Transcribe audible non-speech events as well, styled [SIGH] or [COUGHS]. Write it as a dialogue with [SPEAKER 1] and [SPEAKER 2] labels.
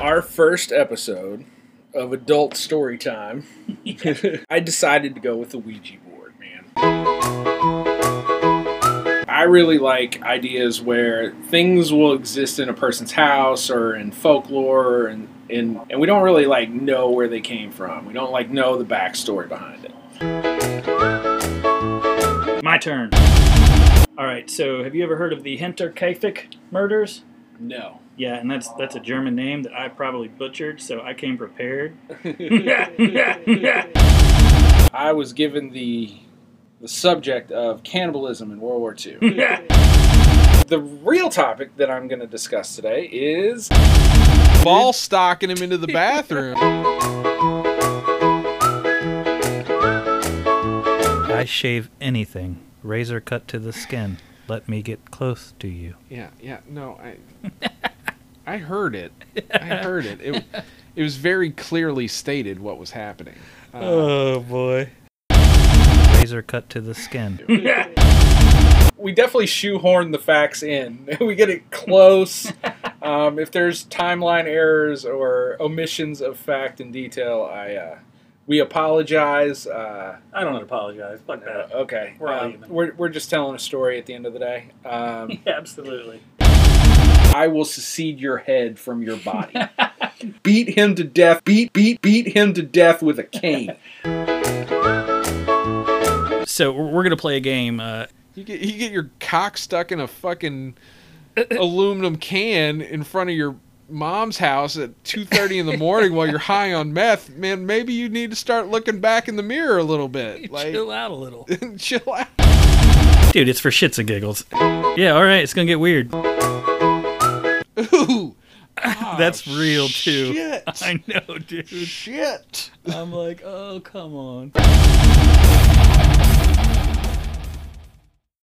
[SPEAKER 1] our first episode of Adult Story Time, [LAUGHS] I decided to go with the Ouija board, man. I really like ideas where things will exist in a person's house or in folklore and and, and we don't really like know where they came from. We don't like know the backstory behind it.
[SPEAKER 2] My turn. All right. So, have you ever heard of the Hinterkaifeck murders?
[SPEAKER 1] No.
[SPEAKER 2] Yeah, and that's that's a German name that I probably butchered, so I came prepared.
[SPEAKER 1] I was given the the subject of cannibalism in World War
[SPEAKER 3] [LAUGHS]
[SPEAKER 1] II. the real topic that I'm going to discuss today is
[SPEAKER 3] Ball stocking him into the bathroom.
[SPEAKER 2] I shave anything, razor cut to the skin. Let me get close to you.
[SPEAKER 3] [LAUGHS] Yeah, yeah, no, I, [LAUGHS] I heard it. I heard it. It, it was very clearly stated what was happening. Uh,
[SPEAKER 2] Oh boy. Razor cut to the skin.
[SPEAKER 1] we definitely shoehorn the facts in. [LAUGHS] we get
[SPEAKER 4] [LAUGHS]
[SPEAKER 1] it close. um, if there's timeline errors or omissions of fact and detail, I uh, we apologize. Uh,
[SPEAKER 4] I don't apologize. Fuck that. [LAUGHS]
[SPEAKER 1] okay,
[SPEAKER 4] We're all
[SPEAKER 1] Um,
[SPEAKER 4] human.
[SPEAKER 1] we're we're just telling a story at the end of the day.
[SPEAKER 4] [LAUGHS]
[SPEAKER 1] Um,
[SPEAKER 4] Yeah, absolutely.
[SPEAKER 1] I will secede your head from your
[SPEAKER 4] [LAUGHS]
[SPEAKER 1] body. beat him to death. Beat beat beat him to death with a cane.
[SPEAKER 2] So we're we're gonna play a game. Uh,
[SPEAKER 3] you get you get your cock stuck in a
[SPEAKER 2] [COUGHS]
[SPEAKER 3] fucking aluminum can in front of your mom's house at 2:30 in the morning while you're high on meth. Man, maybe you need to start looking back in the mirror a little
[SPEAKER 2] [LAUGHS]
[SPEAKER 3] bit. Like
[SPEAKER 2] chill out a little,
[SPEAKER 3] [LAUGHS] chill out.
[SPEAKER 2] dude. It's for shits and giggles. Yeah, all right. It's gonna get weird.
[SPEAKER 3] Oh, Ooh.
[SPEAKER 2] That's real too.
[SPEAKER 3] Shit.
[SPEAKER 2] [LAUGHS] I know, dude.
[SPEAKER 3] Shit.
[SPEAKER 2] I'm like, oh come on.